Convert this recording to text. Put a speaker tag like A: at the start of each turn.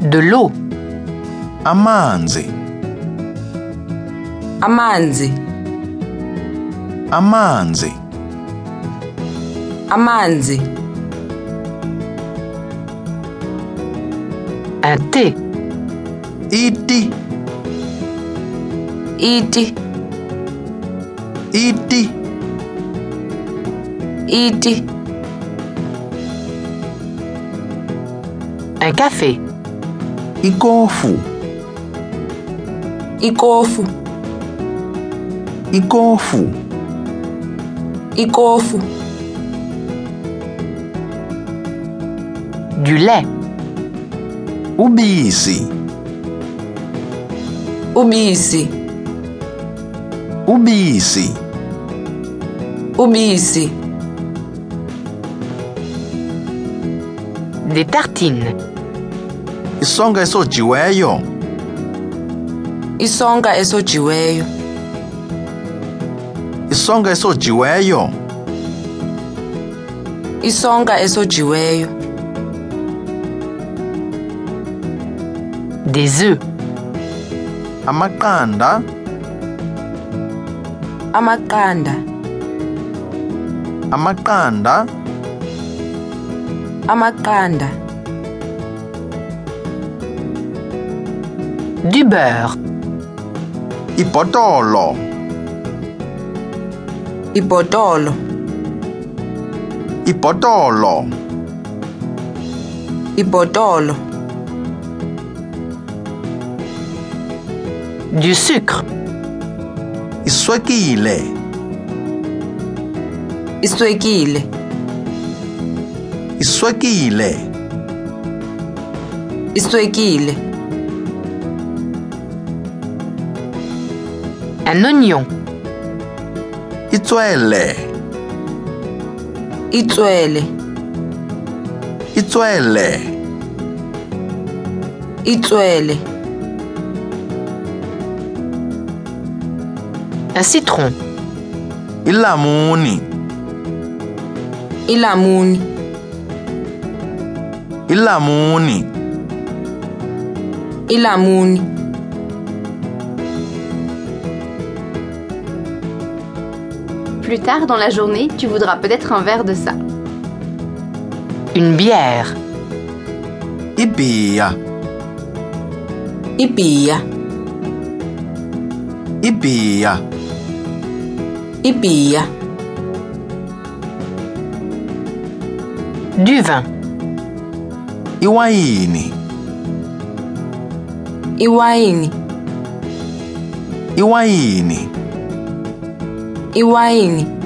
A: de l'eau,
B: amanzi
C: amanzi
B: amanzi
C: amanzi
A: un thé,
B: iti
C: iti
B: iti
C: iti
A: un café,
B: ikofu
C: ikofu
B: ikofu
C: ikofu
A: du lait,
B: ubisi
C: ubisi
B: ubisi
C: ubisi
A: des tartines,
B: isonka esojiweyo
C: isonka esojiweyo
B: isonka esojiweyo
C: isonka esojiweyo
A: des œufs,
B: amaqanda
C: amaqanda
B: amaqanda
C: amaqanda
A: du beurre,
B: ibhotolo
C: ibhotolo
B: ibhotolo
C: ibhotolo
A: du sucre,
B: iswekile
C: iswekile
B: iswekile
C: iswekile
A: un oignon,
B: itswele
C: itswele
B: itswele
C: itswele
A: un citron,
B: ilamuni
C: ilamuni
B: ilamuni
C: ilamuni
D: Plus tard dans la journée, tu voudras peut-être un verre de ça.
A: une bière,
B: ibhiya
C: ibhiya
B: ibhiya
C: ibhiya
A: du vin,
B: iwayini
C: iwayini
B: iwayini
C: iwayini